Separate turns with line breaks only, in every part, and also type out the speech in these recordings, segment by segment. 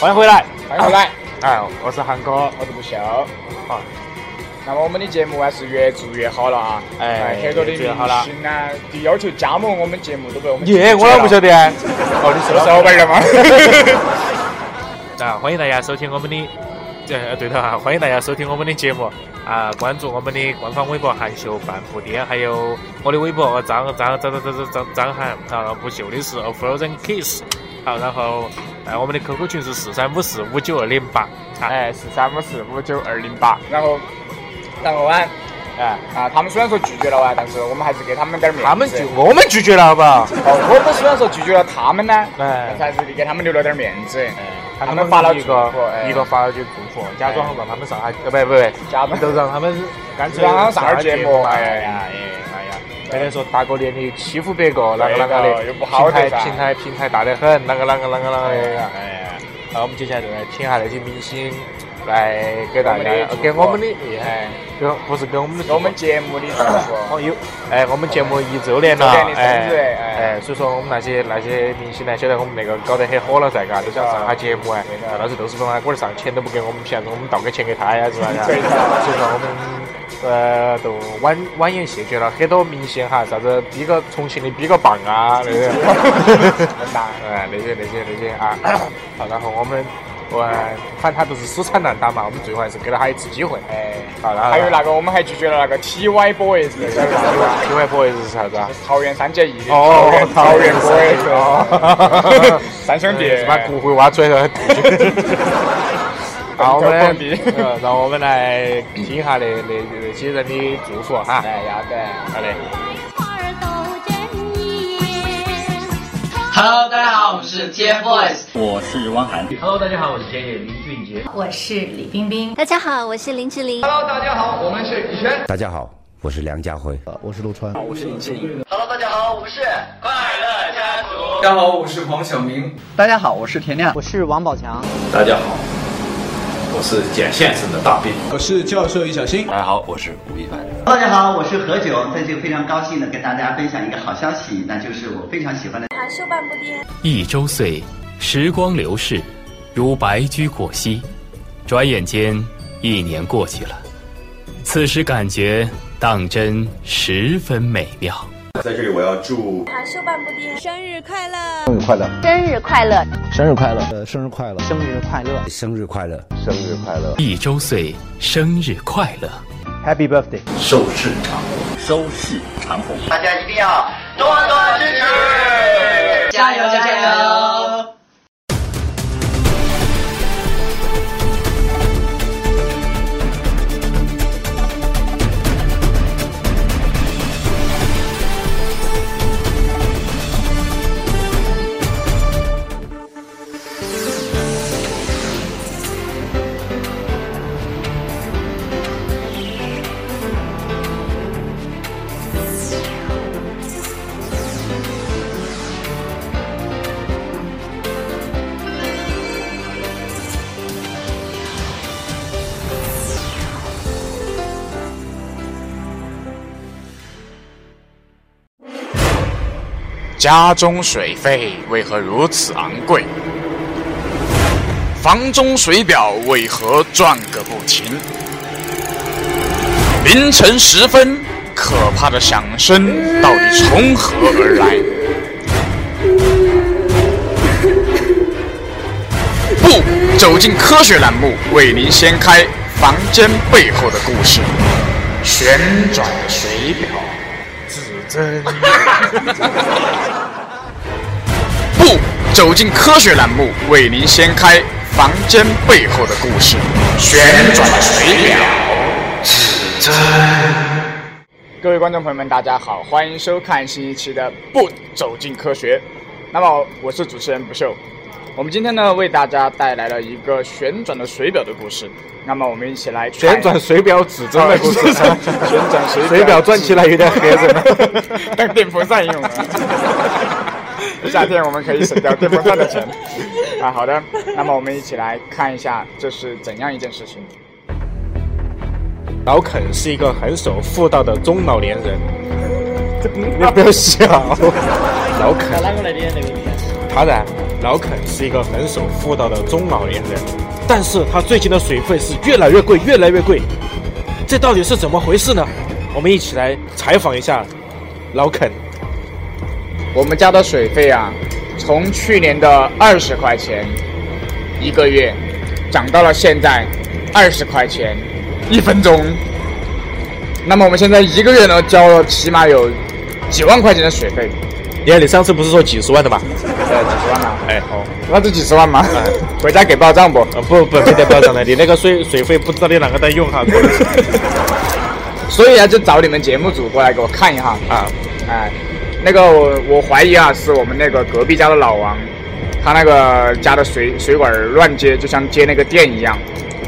欢迎回来，
欢迎回来，
哎，我是韩哥，哦
我是不秀。
好，
那么我们的节目还是越做越好了啊！
哎
很多的明
越做越好了
星啊，都要求加盟我们节目，都被我们
耶，我哪不晓
得？
得？哦，你是
我是老板了 吗？
啊，欢迎大家收听我们的，呃，对头啊，欢迎大家收听我们的节目啊，关注我们的官方微博“韩秀半步癫”，还有我的微博张张张张张张张涵，啊，不秀的是 Frozen Kiss，好，然后呃，我们的 QQ 群是四三五四五九二零八，啊，
哎，四三五四五九二零八，
然后，然后啊
哎，
啊，他们虽然说拒绝了哇，但是我们还是给他们点儿面子。
他们拒我们拒绝了，好不好？
哦，我们虽然说拒绝了他们呢，
哎
但是还是给他们留了点面子。
他
他
们
们发了
一
祝
个
福，哎
一个发了句祝福，假装让他们上下，呃，不不不，
加盟
都让他们 干脆
让他上
下
点儿节目，
目嘛
哎呀呀，哎呀，
没得说大过年的欺负别个，啷个啷个
对
的，
的又不好
平台
对吧
平台平台大得很，啷个啷个啷个啷个
哎
的。
呀，
好，我们接下来就来听下那些明星来给大家
哎我们的祝福
给我们的，
哎，
给我不是给我们的祝福，
给我们节目的祝福
哦。有，哎，我们节目一周年了，
一周年的生日
哎
哎
哎，所以说我们那些那些明星呢，晓得我们那个搞得很火了噻，嘎，都想上下节目哎，
对的
到时都是说他龟儿上钱都不给我们钱，我们倒个钱给他呀，是吧？所
对
以
的
说我们。呃，都婉婉言谢绝了很多明星哈，啥子比个重庆的比个棒啊，那个，
很棒
哎，那些那些那些啊，好，然后我们，我反正他都是死缠烂打嘛，我们最后还是给了他一次机会，哎，好，然后
还有那个，我们还拒绝了那个 TY Boys，晓得吧
另外 boys 是啥子啊？
桃园三结义的
哦
桃园
桃园
Boys，
哦
哦三兄弟，
把骨灰挖出来了。呃好，我们
蹦迪
呃让我们来听一下那那那些人的祝福哈。
哎，要得。
好的，
花儿斗争艳。
Hello，大家好，我们是 TFBOYS。
我是汪涵。
Hello，大家好，我是田野林俊杰。
我是李冰冰。
大家好，我是林志玲。
大家好，我是梁家辉。
Hello，大家好，我们是快乐家族。
大家好，我是黄晓明。
大家好，我是田亮。我是王宝强。
大家好，我是简先生的大兵。
我是教授易小星。
大家好，我是吴亦凡。
大家好，我是何炅。在这个非常高兴的跟大家分享一个好消息，那就是我非常喜欢的。
一周岁，时光流逝，如白驹过隙，转眼间一年过去了。此时感觉当真十分美妙。
在这里，我要祝
生日快乐！
呃生日快乐！
一周岁，生日快乐！
收视长虹，收视长虹。
大家一定要多多支持，加油加油！
家中水费为何如此昂贵？房中水表为何转个不停？凌晨时分，可怕的响声到底从何而来？不，走进科学栏目，为您掀开房间背后的故事。旋转水表，指针。不，走进科学栏目，为您掀开房间背后的故事，旋转水表，指针。各位观众朋友们，大家好，欢迎收看新一期的《不走进科学》。那么，我是主持人不秀。我们今天呢，为大家带来了一个旋转的水表的故事。那么，我们一起来看
旋转水表指针的故事，
旋转 水表
水表转起来有点吓人。
当电风扇用啊。夏天我们可以省掉电风扇的 钱。啊，好的，那么我们一起来看一下这是怎样一件事情。
老肯是一个很守妇道的中老年 人， 你不要笑。老肯，
哪个来的那个？
他噻，老肯是一个很守妇道的中老年人，但是他最近的水费是越来越贵，越来越贵，这到底是怎么回事呢？我们一起来采访一下老肯。
我们家的水费啊，从去年的二十块钱一个月，涨到了现在二十块钱一分钟。那么我们现在一个月呢，交了起码有几万块钱的水费，
爷，哎你上次不是说几十万的吗？
呃，几十万嘛。
哎，好，哎
那就几十万嘛，回家给报账不？
啊不不，没得标准的，你那个水 水费不知道你哪个在用哈。
所以啊，就找你们节目组过来给我看一下。
啊，
哎，那个我我怀疑啊，是我们那个隔壁家的老王，他那个家的水水管乱接，就像接那个电一样，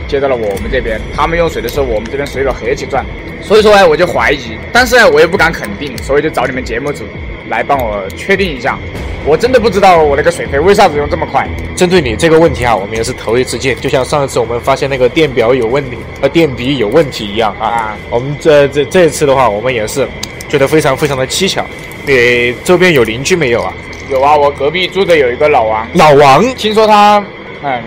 接到了我们这边。他们用水的时候，我们这边水管也一起转。所以说哎呢，我就怀疑，但是呢，我又不敢肯定，所以就找你们节目组来帮我确定一下。我真的不知道我那个水费为啥子用这么快。
针对你这个问题啊，我们也是头一次见，就像上一次我们发现那个电表有问题，呃，电笔有问题一样啊
啊。
我们这这这次的话，我们也是觉得非常非常的蹊跷。你周边有邻居没有啊？
有啊，我隔壁住的有一个老王，
老王
听说他嗯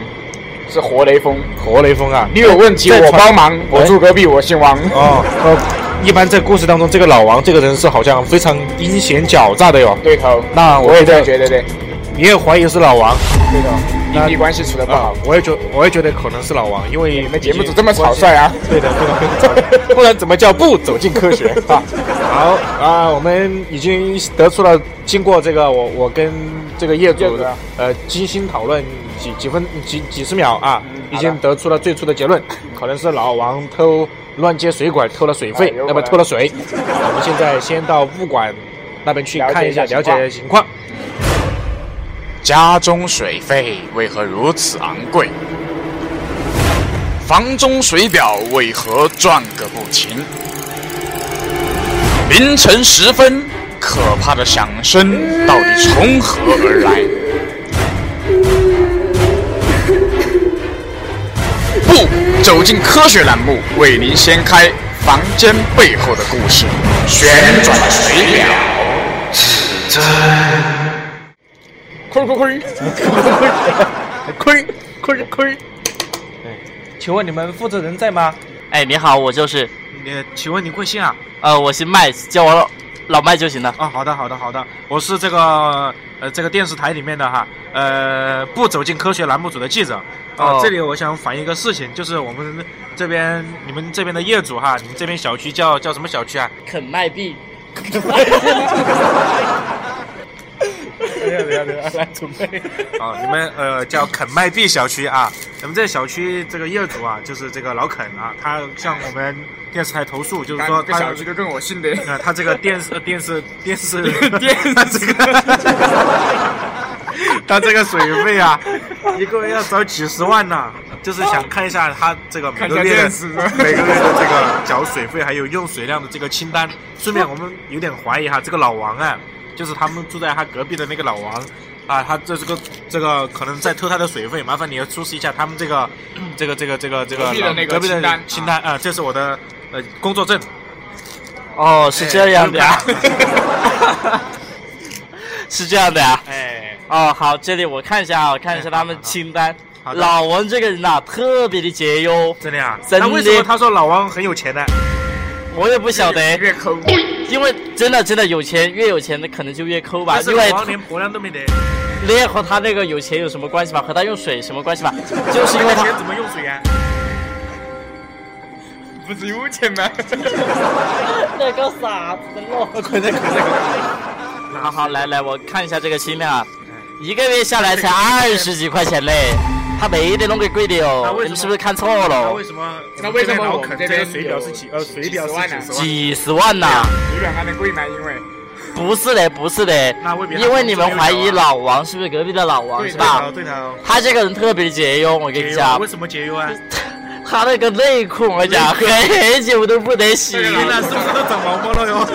是活雷锋，
活雷锋啊，
你有问题
在
我
传
帮忙，我住隔壁，我姓王。
哦，呃，一般在故事当中，这个老王这个人是好像非常阴险狡诈的哟。
对头，
那
我也这样觉得对，
你也怀疑是老王
对头，
那
邻里关系处的不
啊
好。？
我也觉，我也觉得可能是老王，因为
你们节目组这么草率啊？
对的，对的对 的，不然怎么叫不走进科 学啊？好啊，我们已经得出了，经过这个我我跟这个业
业
主
主啊
呃精心讨论几几分几几十秒啊，已
嗯好的
经得出了最初的结论， 可能是老王偷乱接水管偷了水费
哎，有
那么
可能
偷了水。我们现在先到物管那边去
了解
看一
一
下，
下
了
情况
解情况。
家中水费为何如此昂贵？房中水表为何转个不停？凌晨时分，可怕的响声到底从何而来？不走进科学栏目，为您掀开房间背后的故事，旋转水表指针。
亏亏亏！
亏亏亏！请问你们负责人在吗？
哎，你好，我就是，
你请问你贵姓啊？
呃，我姓麦，叫我老麦就行了。
啊，好的，好的，好的，我是这个呃这个电视台里面的哈，呃不走进科学栏目组的记者。啊、
哦
这里我想反映一个事情，就是我们这边你们这边的业主哈，你们这边小区叫叫什么小区啊？
肯麦币，
来准备。 啊，你们呃叫肯麦地小区啊，你们这小区这个业主啊，就是这个老肯啊，他向我们电视台投诉，就是说
说
他
小区都跟我姓的，
呃，他这个电视、电视、电视、
电视
他这个， 他这个水费啊，一个月要找几十万呢、就是想看一下他这个每
看一
个
下
月
电
的
视
每个月的这个缴水费还有用水量的这个清单。顺便我们有点怀疑哈，这个老王啊，就是他们住在他隔壁的那个老王。啊，他这这个这个可能在偷他的水费，麻烦你要出示一下他们这个这个这个这个这个
嗯隔壁的
老
那个
隔壁的
清单
清单啊，这是我的呃工 作证，
哦，是这样的啊，
哎
是这样的啊。
哎，
哦，好，这里我看一下啊，我看一下他们清单。
好的
老王这个人呐、特别的节约，哦
真的啊？
真的
那为什么他说老王很有钱呢？
我也不晓得，
越抠。
因为真的真的有钱，越有钱的可能就越抠吧，
但是
因
老
为
王连婆娘都没得，
那和他那个有钱有什么关系吧？和他用水什么关 系吧？就是因为他
钱怎么用水啊？
不是有钱吗？
那个傻子喽！快点，快点！好好，来来，我看一下这个清单啊，
哎
一个月下来才二十几块钱嘞，他没得弄个贵的
那
哦，
为什么
你们是不是看错
那
了
为？什么？
那为什么
老
我
肯
们
这
这
边
边
水表是几？呃，水表是
几十万啊
几十万？
几十万呐、
水表还能贵吗？因为
不是嘞，不是嘞
那未必，他
因为你们怀疑
中间有啊
老王是不是隔壁的老王
对
是吧
头，？对头。
他这个人特别的节约，我跟
节
你
约
讲
为，什么节约啊？
他那个内裤我跟你讲很久都不得洗，
原来是不是都长毛毛了哟？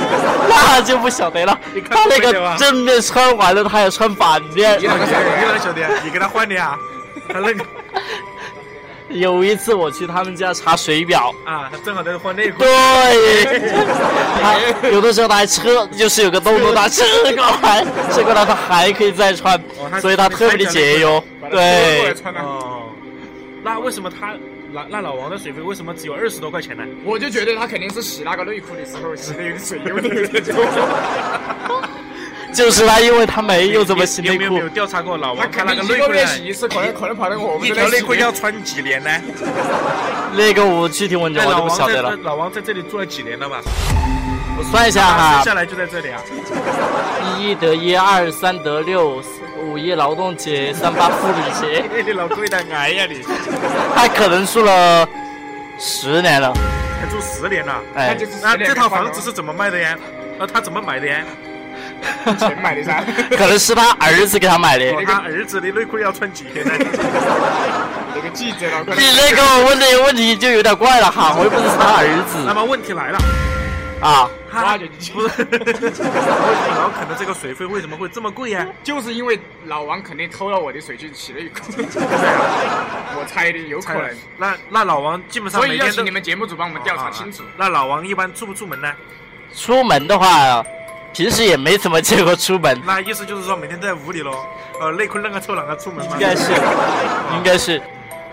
那就不晓得了
你。看
他那
过没有啊
个正面穿完了，他还穿反面。
你哪个小弟？你哪个小弟？你给他换的啊？他那个
有一次我去他们家查水表，
啊，他正好在这换内裤。
对，他有的时候他还车就是有个洞洞，他车过来，车过来他还可以再穿，所以他特别的节约。对，
哦，那为什么他那那老王的水费为什么只有二十多块钱呢？
我就觉得他肯定是洗那个内裤的时候洗那个水有点
就是他，因为他没有怎么洗内
有没有
裤
没有。调查过老
他
王
肯
那
定
个
一
内
个
裤
月
呢？
洗一次，可能可能跑到我们
一
这
条
边
内裤
洗
要穿几年呢？
那个我具体文章
哎
我
老
啊都不
王
晓
在
得
这
了。
老王在这里住了几年了嘛？
我算一下哈
生下来就在这里啊。
一得一，二三得六，四五一劳动节，三八妇女节，
你老贵的癌呀你！
他可能住了十年了。
还住十年了，
哎
那这套房子是怎么卖的呀？那他怎么买的呀？
钱买的 噻。
可能是他儿子给他买的。
哦他儿子的内裤要穿几天呢？
那个记者
你那个我问的问题就有点怪了哈，我又不是他儿子
那么问题来了，
啊。
他不是为什么老肯的这个水费为什么会这么贵呀？
就是因为老王肯定偷了我的水去洗内裤，我猜的有可 能。
那那老王基本上
所以
每
要
天都啊
请你们节目组帮我们调查清楚。
那老王一般出不出门呢？
出门的话，平时也没怎么见过出门，
那意思就是说每天都在屋里喽，呃，内裤扔个臭哪个出门吗？
应该是，应该是。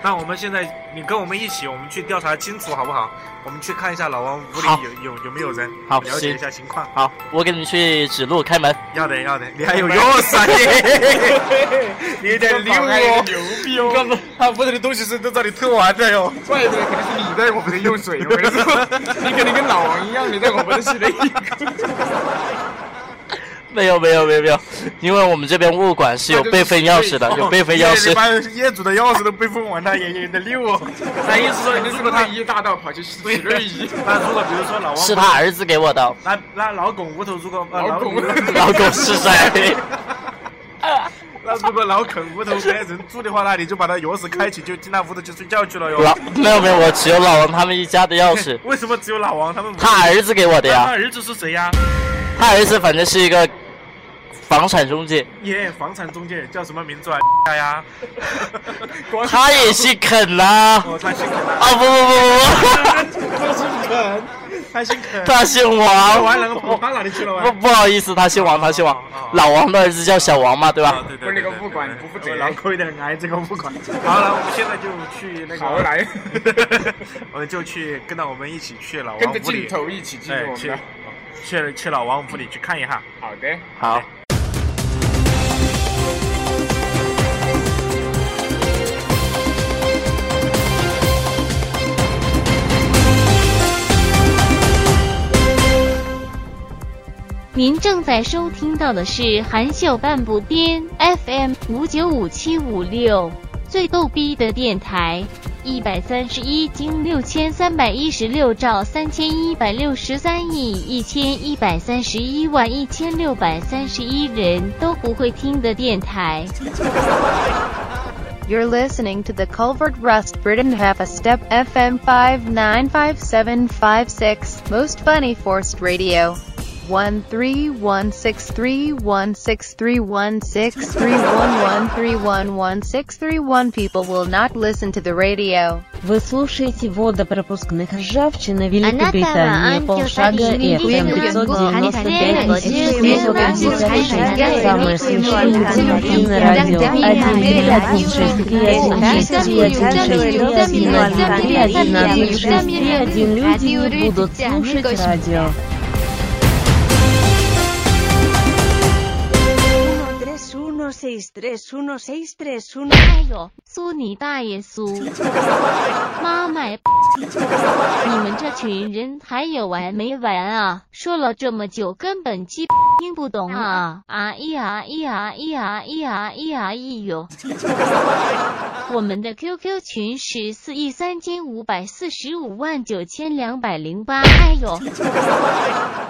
那我们现在你跟我们一起，我们去调查清楚好不好？我们去看一下老王屋里
好
有有有没有人，
好
了解
行
一下情况。
好，我给你去指路开门。
要得要得，你还有钥匙啊你？你有点溜哦，
牛
逼哦！干嘛？他屋里的东西是都让你偷完的哟。
怪不得肯定是你在我们的用水，我跟你说，你肯定跟老王一样，你在我们的洗内裤。
没有没有没有没有，因为我们这边物管是有备份钥匙的，有备份钥匙
你。把业主的钥匙都备份完了，也也得溜哦。那意思说，
肯定
如
是
果
他
他
一大道跑去洗内衣。
那如果比如说老王
是他儿子给我的，
那那老巩屋头如果呃
老
老
巩
巩屋头
老公是谁？
那如果老肯屋头没人住的话，那你就把他钥匙开启，就进那屋头去睡觉去了哟。。
老没有没有，我只有老王他们一家的钥匙
为什么只有老王他们五个？
他儿子给我的
那
呀，
他儿子是谁呀？
他儿子反正是一个房产中介，
耶，房产中介叫什么名字啊？ 呀，
他也姓肯啦、
哦，他姓肯
啊不不不不
他姓肯，
不，他
他姓肯
姓王。
完了，跑他哪里去了？啊
不不好意思，他姓王，他姓王。老王的儿子叫小王嘛，对吧？
对对
不那个物 管不负责，
老亏的挨这个不管。好了，我们现在就去那个，
好来，
我们就去跟到我们一起去老
跟
王
着
屋
镜
里，
头一起进入
哎，
我们
去
的。
去去老王屋里去看一下。
好的，
好，
您正在收听到的是含笑半步癫 FM 五九五七五六，最逗逼的电台，一百三十一经六千三百一十六兆三千一百六十三亿一千一百三十一万一千六百三十一人都不会听的电台。
You're listening to the Culvert Rust Britain Half a Step FM 5957556, most funny forced radio. 1316316316311311631 people will not listen to the radio.
Вы слушаете водопропускных ржавчина
Великобритания,
Великобритания,
полшага
полшага и
FM 595,
595 самые смешные
альтернативные
альтернативные
радио.
радио.
1,
1,
5,
5,
6,
6,
3, 1,
1,
6, 1, 6, 1,
1, 1,
1, 6,
1, люди не будут слушать радио.
Uno, 哎呦，苏你大爷苏！妈卖！ 你们这群人还有完没完啊？说了这么久，根本鸡听不懂啊！啊咿啊咿啊咿啊咿啊咿啊咿哟！我们的 QQ 群是四亿三千五百四十五万九千两百零八。哎呦，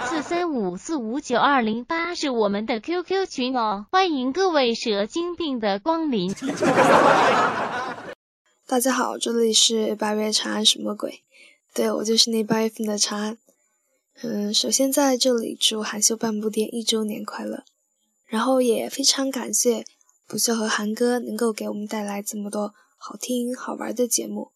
四三五四五九二零八是我们的 QQ 群哦，欢迎各位蛇精病的光临。
大家好，这里是八月长安什么鬼？对我就是那八月份的长安。嗯，首先在这里祝含羞半步癫一周年快乐，然后也非常感谢不秀和韩哥能够给我们带来这么多好听好玩的节目。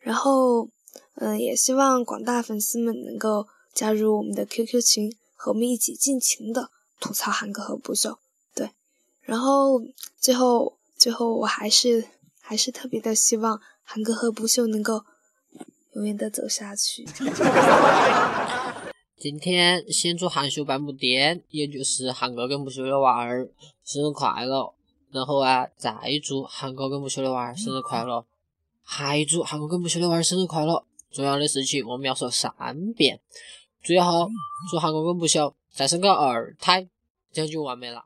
然后，嗯、也希望广大粉丝们能够加入我们的 QQ 群，和我们一起尽情的吐槽韩哥和不秀。对，然后最后最后我还是还是特别的希望韩哥和不秀能够永远的走下去。
今天先祝韩秀版本店，也就是韩哥跟不修的娃儿生日快乐。然后啊，再祝韩哥跟不修的娃儿生日快乐，还祝韩哥跟不修的娃儿生日快乐。重要的事情我们要说三遍。最后，祝韩哥跟不修再生个二胎，这样就完美了。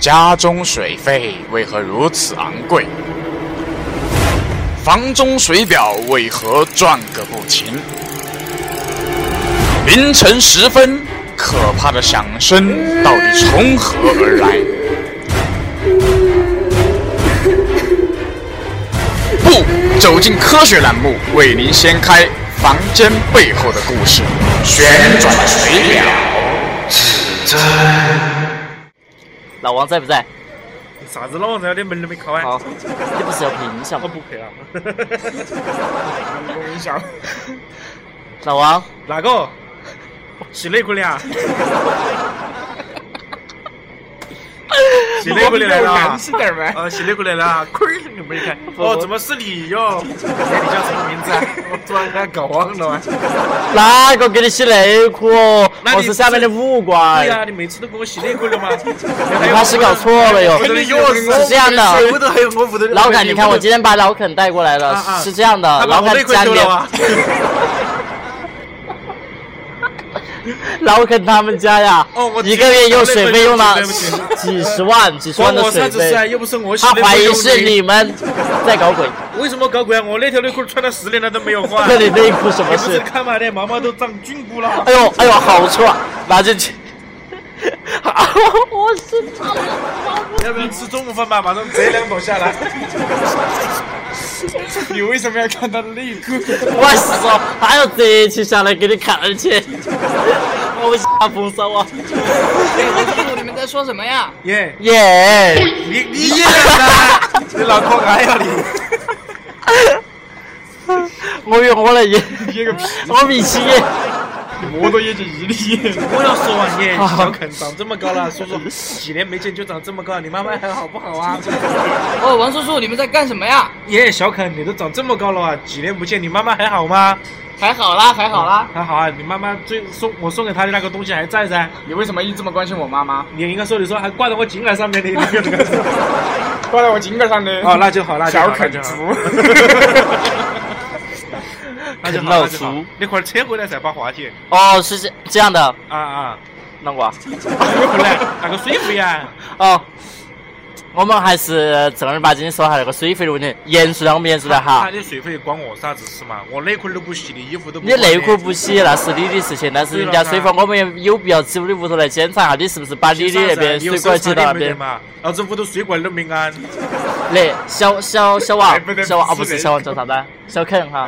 家中水费为何如此昂贵？房中水表为何转个不停？凌晨时分，可怕的响声到底从何而来？不，走进科学栏目，为您掀开房间背后的故事，旋转水表指针。
老王在不在？
啥子老王在？你门都没开完。
好，你不是要配音效吗？
我不配啊了。
音响。
老王，
哪个？洗内裤的啊？洗内裤的来了啊！
是点呗。
啊，洗内裤来了啊！亏你没看。哦，怎么是你哟？哎你叫什么名字啊？我突然间搞忘了啊。
哪个给你洗内裤？哦
那
我
你
是下面的五官。
哎对呀，你每次都给我洗内裤了吗？
你怕是搞错了哟。
我的钥匙
是这样
我屋头
的，
还有哎我屋头的
老肯，你看我今天把老肯带过来
啊啊
了，是这样的，
他把
老
我内
肯
裤
家里
丢
面
了，吗？
老肯他们家呀
哦我，
一个月用水费用了
对不起对不起
几十万，几十万的
关我啥
水
子事啊？
费
又。不是我洗
他
内
怀
裤
疑
用
是你们在搞鬼。
为什么搞鬼啊？我那条内裤穿了十年了都没有 换。
那你内裤什么
你不
事
是看嘛的，毛毛都长菌 菇了。
哎呦哎呦，好臭啊！拿进去。 我是
要不要吃中午饭吧？马上摘两朵下来。
你为什么要看他的内裤？
我是说，还要摘起下来给你看去， 我下风骚啊！
你们在说什么呀？
耶
耶！
你你也来，你脑壳癌呀你！
我有我的 耶，我米奇耶，
我都眼睛一粒。我要说完耶，小肯长这么高了，叔叔几年没见就长这么高，你妈妈还好不好啊？
哦，王叔叔，你们在干什么呀？
耶，小肯你都长这么高了啊，几年不见，你妈妈还好吗？
还好啦，还好啦。
还好啊，你妈妈最送我送给她的那个东西还在噻。
你为什么一直这么关心我妈妈？
你应该说，你说还挂在我颈杆上面的那个那个。
挂在我颈杆上的。
哦，那就好，那就好，
小
那
啃
就好
猪。
那就
啃
好，
老
那就好
族。
那会儿扯回来才把话题。
哦，是这这样的，
啊啊，
那我
回来那个水壶呀。
哦，我们还是正儿八经说下那个水费的问题，严肃的我们严肃的哈
他。的水费关我啥子事嘛？我内裤都不洗，你衣服都不
你
换的
内裤不洗那是你的事情，但是人家水费我们也有必要走你屋头来检查一下，你是不是把你的那边水管接到那边？
嘛？老子屋头水管都没安。
来，小小小
还
哎
王
不能，
小王啊不
不是
是
人
小王叫啥子啊？小肯哈，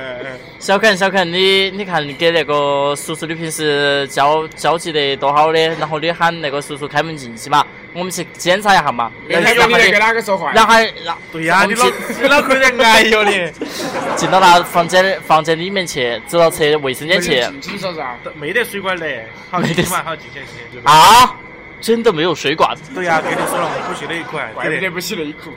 小肯小肯，你你看你给那个叔叔，你平时交交际的多好的，然后你喊那个叔叔开门进去嘛，我们去检查一下嘛。
你看
然
用
后
你那个哪个说 话？
然后然后
对呀，
我
你
们
脑
去
你脑壳有点癌哟你。
进到那房间房间里面去，走到厕卫生间去
进去说啥？
没得水管的，好进去嘛，好进去去。
啊，真的没有水管。
对呀，跟你说了，我不洗内裤啊，
怪不
对
得不洗内裤。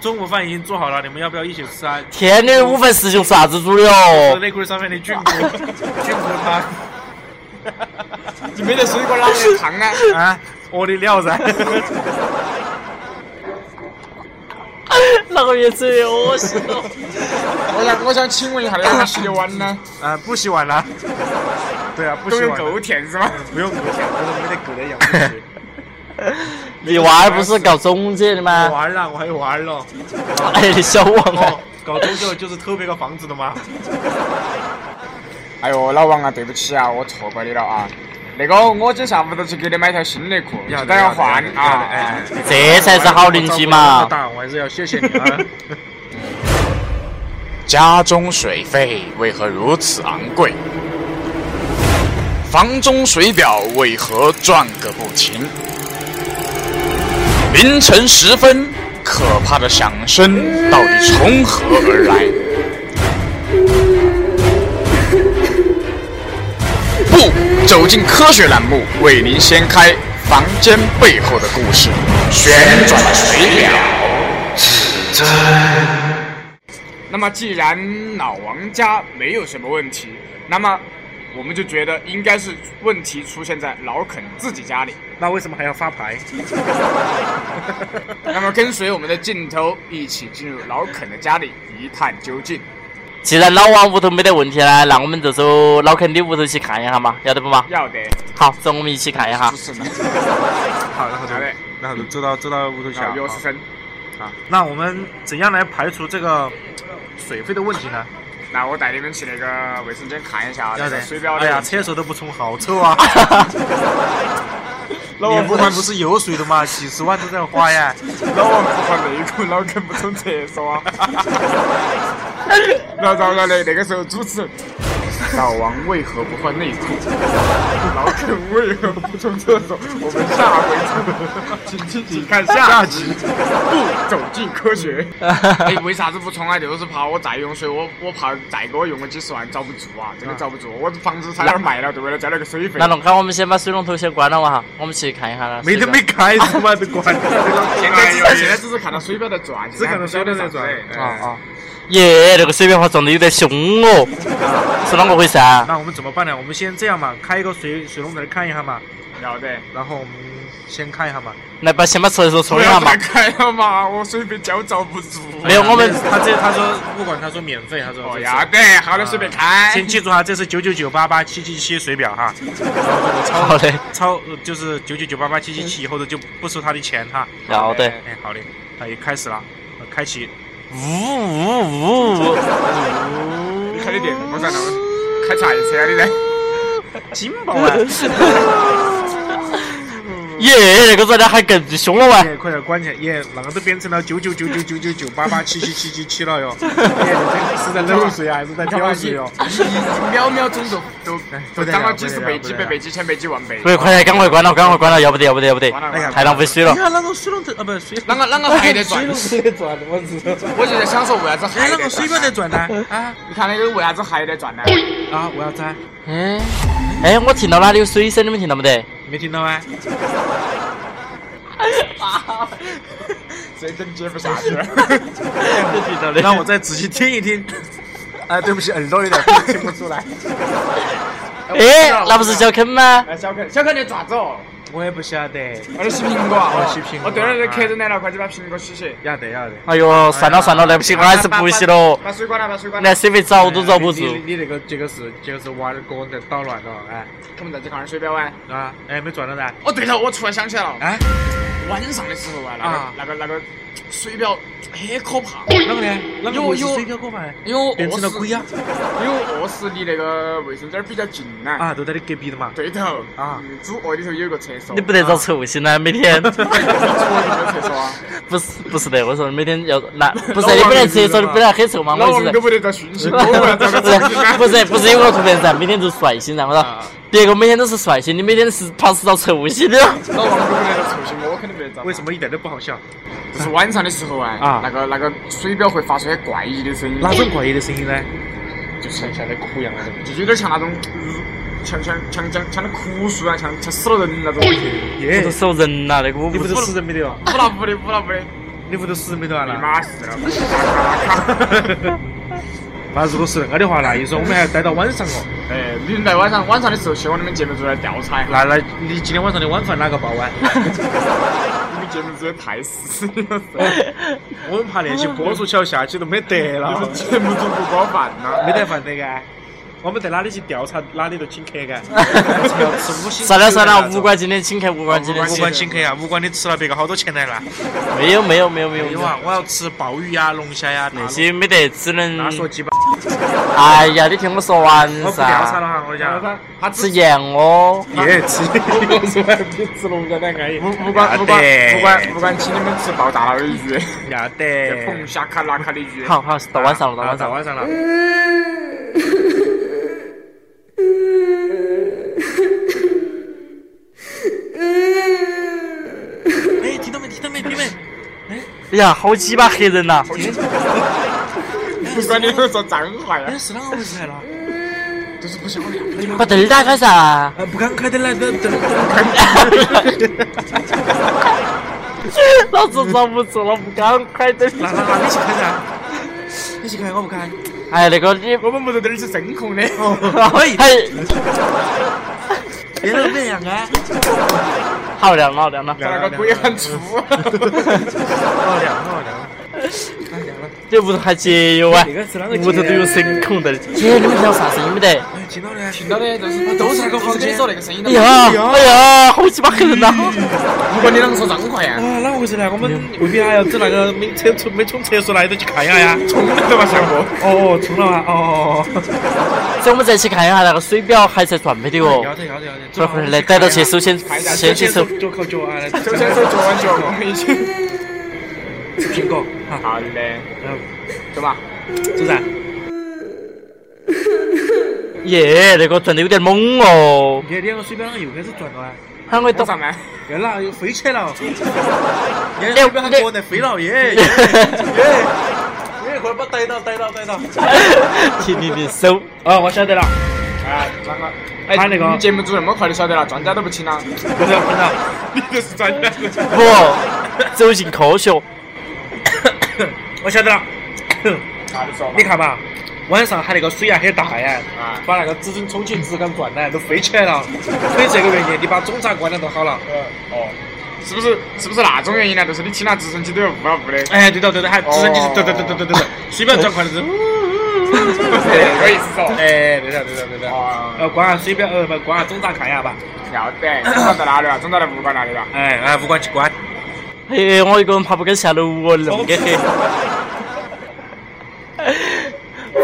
中午饭已经做好了，你们要不要一起吃啊？
天，你五份十九啥子煮的哦
是？内裤上面的菌菇，菌菇汤。
你没得水果哪来的糖啊？
啊，我的料噻。
那个也最恶心了。
我想，我想请问一下，哪个洗的碗 呢？
啊，不洗碗了。对啊，不洗
都
碗
用
了。
狗舔是吗？
不用狗舔，我都没得狗的样子。
你娃儿不是搞中介的
啊
吗？
我玩了，我还 玩了。
哎，你小王啊
哦，，搞中介就是偷别个房子 的吗？
哎呦，老王啊，对不起啊，我错怪你了啊。那个，我今上午头去给你买条新内裤，记得要换啊。哎
这才是好邻居嘛。
我还是要谢谢你啊。
家中水费为何如此昂贵？房中水表为何转个不停？凌晨时分，可怕的响声到底从何而来？
不走进科学栏目，为您掀开房间背后的故事，旋转水表指针。
那么既然老王家没有什么问题，那么我们就觉得应该是问题出现在老肯自己家里。
那为什么还要发牌？
那么跟随我们的镜头一起进入老肯的家里一探究竟。
既然老王屋头没得问题呢，那我们这走老肯的屋头去看一下嘛，要得不嘛？
要得。
好，走，我们一起看一下。
好的，好的，那好的，走到走到屋头去啊。
有是深。
啊，那我们怎样来排除这个水费的问题呢？
那我带你们去那个卫生间看一下啊
要
那
得
个水表
哎
的
呀，
问题。
厕所都不冲，好臭啊！
老
你
王
不还不是有水的吗？几十万都在花呀！
老王不换内裤，老肯不冲厕所 啊。然后然后那那个时候主持人，老王为何不换内裤？ 老肯为何不冲厕所？ 我们下回见，请请请看下集，不走进科 学。哎，为啥子不冲啊？就是怕我再用水，我我怕再给我用个几十万遭不住啊，真的遭不住。我房子差点卖了，就为了交那个水费。
那龙哥，我们先把水龙头先关了嘛哈，我们去看一下那水
没
表。
得没开是吗？都关了。
现在只现在只是看到水表在转，
只看到水表在转
哎
啊啊！
耶，这个水表花撞的有点凶哦，是啷个回事啊？
那我们怎么办呢？我们先这样嘛，开一个水水龙头来看一下嘛，
嗯要得。
然后我们先看一下嘛。
来把先把厕所冲一下嘛
不要再。开了嘛，我水费交遭不住。
没有我们
他这他说不管，他说免费，他说
哦
这次
要得，好的，随便开。
先记住哈，这是九九九八八七七七水表哈，
好嘞，
超呃就是九九九八八七七七以后的就不收他的钱哈。
好的，
嗯
哎，好嘞，那也开始了，呃开启。
呜呜呜！
你开的电动在那儿开柴
啊
车的呢？
金宝啊！
耶，这个热量还更凶哦啊了哇！
耶，快点关起来！耶，啷个都变成了九九九九九九九八八七七七七七了哟！耶，你这是在漏水啊，还是在
他妈
掉水哦？
一秒秒钟都都都涨了几十倍、
不
几
得了
百倍、几千倍、几万倍。
喂，快点，赶快关了，赶快关了，要不得，要不得，要不得
关了
哎
关了，
太浪费水了
你。看那个水龙头啊，不水，
啷个啷个还得转
水？龙头在转，我操！
我就在想说为啥子还
哎，那
得
个水表
转？
在转呢？啊
你看那个为啥子还得转呢？
啊，我要粘，
嗯，哎，我听到哪里有水声，你们听到没得？
没听到吗？
这真接不下去了。
听到
让我再仔细听一听。哎，对不起，耳朵有点 不听不出来。
哎，那不是小坑吗？
哎，小肯，小肯你爪子哦，
我也不晓得。哎
我在洗苹果啊，
我洗苹果
哦，对了，这客人来了，快去把苹果洗洗。
要得要得。
哎呦，算了算了，来不及，我还是不洗了。
把水关了，把水关了
那。水费遭都遭不住
哎你。你你那个这个是这个是娃儿哥在捣乱了，哎
我们再去看下水表啊。
啊哎没转到噻，
哦，对了，我突然想起来了，
哎
晚上的时候啊
啊，
那个那个那个水表很可怕。
啷个呢？啷个
有
又是
有
水表哥嘛？
因为我
变成了鬼呀！啊
因为我卧室离那个卫生间比较近呢。
啊，都在你隔壁的嘛。
对头
啊
嗯主卧里头有一个厕所。
你不得遭臭性呢？每 天
我有没有厕所啊？
不是不是的，我说每天要那不是你本来厕所里本来很臭嘛，
老
我
王
一
都
直
不得遭熏醒，
不
我 们遭个
是
臭醒啊
不是不是因为我特别噻，每天都帅醒噻，我说
啊
别个每天都是帅醒，你每天是怕是遭臭醒的。
老王都不得遭臭醒，我肯定不得遭。
为什？么一点都不好笑？
就是晚上的时候啊，
啊
那个那个水表会发出很怪异的声音，
哪种怪异的声音呢？
就是
像在哭一样那种。
就有点像那种，嗯像像像像像那枯树啊，像像死了人那种。
我
耶
都，手人了，那个我
哎你
不
屋
是
头死人没得哦？
不啦不的不啦不的，
你屋头死人没得啊？
你
那
妈死了！咔咔咔咔
那如果是恁个的话，那意思我们还要待到晚上哦。
哎，你们在晚上晚上的时候，希望你们节目组来调查一下。
那那你今天晚上的晚饭哪个包啊？
你们节目组也太死了，
我们怕那些播出桥下去都没得
你
了
们，节目组不包饭呐？
没得饭的该。我们在哪里去调查哪里都请客该。是五星
算了
级
算了
的，那
无
种
关今天请客，无关今天
无
请
关
客。
请客啊，无关你吃了别个好多钱来了。
没有没有没有没有
没有啊，我要吃鲍鱼呀、龙虾呀
那些没得，只能
那说鸡巴，
哎呀，你听我说完
我不调查了
噻。
哈，我讲。
他
吃盐哦，
也吃，我说还比吃龙虾那安逸。
不不管不管不管不管，请你们吃爆炸了的鱼，
要
这
得
红。虾卡拉卡的鱼。
好好到晚上了，到
啊到
晚上了。
晚上了。哎，听到没？听到没？听到没？
哎呀，好鸡巴黑人呐！
不管你们说脏话呀
哎，，是啷个回事来了？都是不想脸的。
把灯打开噻。
不敢开的来，灯灯
老子遭不住了，不敢开灯。
那那那，你去开噻，你去开，我不开。
哎，那个你，
我们木头灯是声控的。
哎，
别人那样啊。
好亮，好亮了。
那个鬼很粗。好亮，好亮。
这屋头还节约啊！屋头都有声控的，姐，你们听到啥声音没得？
听到的，听到的，就是都是那个房间说那个声音的。
哎呀，哎呀，好鸡巴吓人呐！
不管你啷个说脏话呀！
啊，哪回事呢？我们未必还要整那个没厕所没冲厕所来的去看一下呀？
冲了嘛，小莫。
哦，冲了嘛，哦。
所以我们再去看一下那个水表还在转没得哦。
要得要得要得。
快快来，逮到去首先先去
手脚口脚啊！
首先手脚完脚，我们已经。
苹果，
好嘞，
嗯，
走吧，
走噻。
耶，那个转的有点猛哦。
你两个水表又开始转了啊？
喊我
到上面，
又哪又飞起 来了？你两个水表在飞了，耶耶耶！快把逮到逮到 逮到！
停停停，手
哦，我晓得了。
哎，那个，哎，
他那个
节目组那么快就晓得了，专家都不请了。
不是不是，
你就是专家。
不，走进科学。
我晓得了，
你
看嘛，晚上它那个水压很大呀，
啊，
把那个纸巾充气质感灌呢都飞起来了，所以这个原因你把总闸关了就好了。
嗯，哦，是不是是不是那种原因呢？就是你听那直升机都要呜啊呜的。
哎，对头对头，还直升机对对对对对 对对，水表转快了是。
这个意思哦。
哎，对头对头对头。呃，关下水表，呃不，关下总闸看一下吧。
要得， 总闸在哪里啊？总闸在武馆那里吧？
哎，哎，武馆去 关。
嘿，我一个人爬不敢下楼哦，那么黑。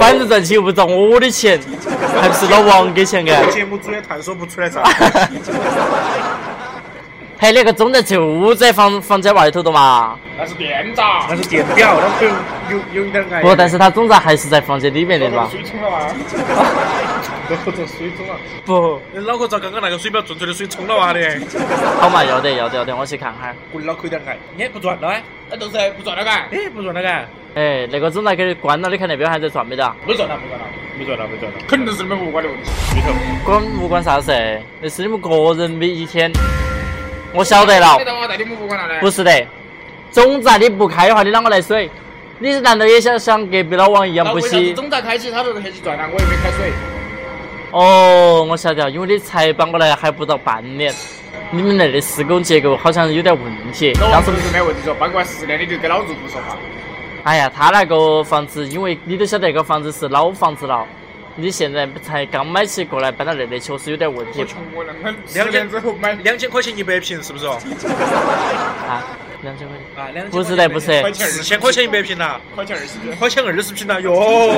反正赚钱又不找我的钱，还不是老王给钱啊？
节目组也探索不出来噻。
嘿，那个钟在就在房房间外头的嘛。
那是电闸，
那是电表，那可有有有点矮。
不，但是他总闸还是在房间里面的嘛。
水冲了嘛？喝着水冲了。
不，
你脑壳遭刚刚那个水表转出的水冲了哇的。
好嘛，要得要得要得，我去看哈。
滚脑壳有点矮，你不转了哎？
哎，都是不转了嘎？
哎，不转了嘎？
哎，那个总闸给你关了，你看那边还在转没得？
没转了，没转了，
没转了，没转了，
肯定是你们物管的问题。
对头。
关物管啥事？那是你们个人每一天。我晓得了。不是的，总闸你不开的话，你啷个来水？你难道也想像隔壁老王一样不惜？
总闸开起，他都是黑起转了，我又没开水。
哦，我晓得了，因为你才搬过来还不到半年，你们那儿的施工结构好像有点问题。
当时不是没问题说，搬过来十年你就跟老住户说话。
哎呀，他那个房子，因为你都晓得那个房子是老房子了，你现在才刚买起过来搬到那里，确实有点问题。
穷我那两千之后买
两千块钱一百平，是不是哦？
啊，两千块钱
啊，两千
不是的，不是
的，
四千块钱一百平呐，
块钱二十平，
块钱二十平呐，哟，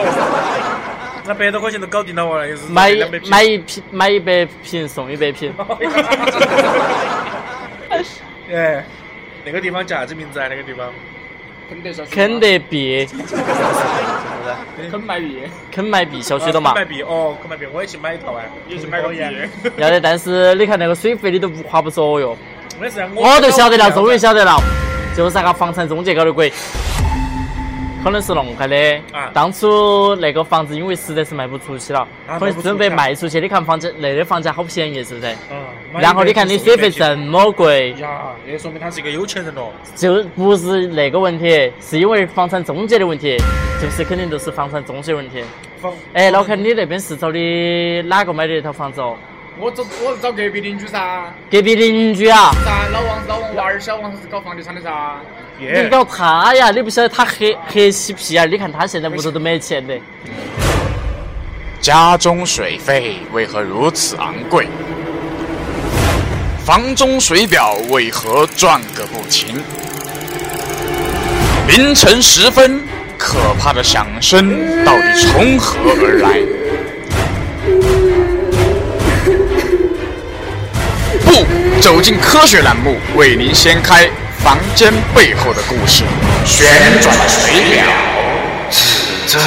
那百多块钱都搞定了哇！又是
买买一瓶，买一百瓶送一百瓶。
哎，那个地方叫啥子名字啊？那个地方？
肯德币，
肯麦币，
肯麦币小区的嘛。
肯麦币哦，肯麦币，我也去买一套哎，
也去买个币。
要得，但是你看那个水费你都不花不着哟。
没事，
我都晓得了，终于晓得了，就是那个房产中介搞的鬼，可能是弄开的。当初那个房子因为实在是卖不出去了，可能准备啊卖出去。你看房价，那的房价好便宜，是不是？
嗯。
然后你看你水费这么贵。
呀，也说明他是一个有钱人哦喽。
就不是那个问题，是因为房产中介的问题，就是肯定都是房产中介问题。哎，老肯，你那边是找的哪个买的那套房子哦？
我找我是找隔壁邻居噻。
隔壁邻居啊？
噻，老王老王娃儿，小王是搞房地产的噻。
你搞他呀？你不晓得他黑黑起屁眼儿？你看他现在屋头都没钱的。
家中水费为何如此昂贵？房中水表为何转个不停？凌晨时分，可怕的响声到底从何而来？不，走进科学栏目，为您掀开房间背后的故事。旋转水表，指针。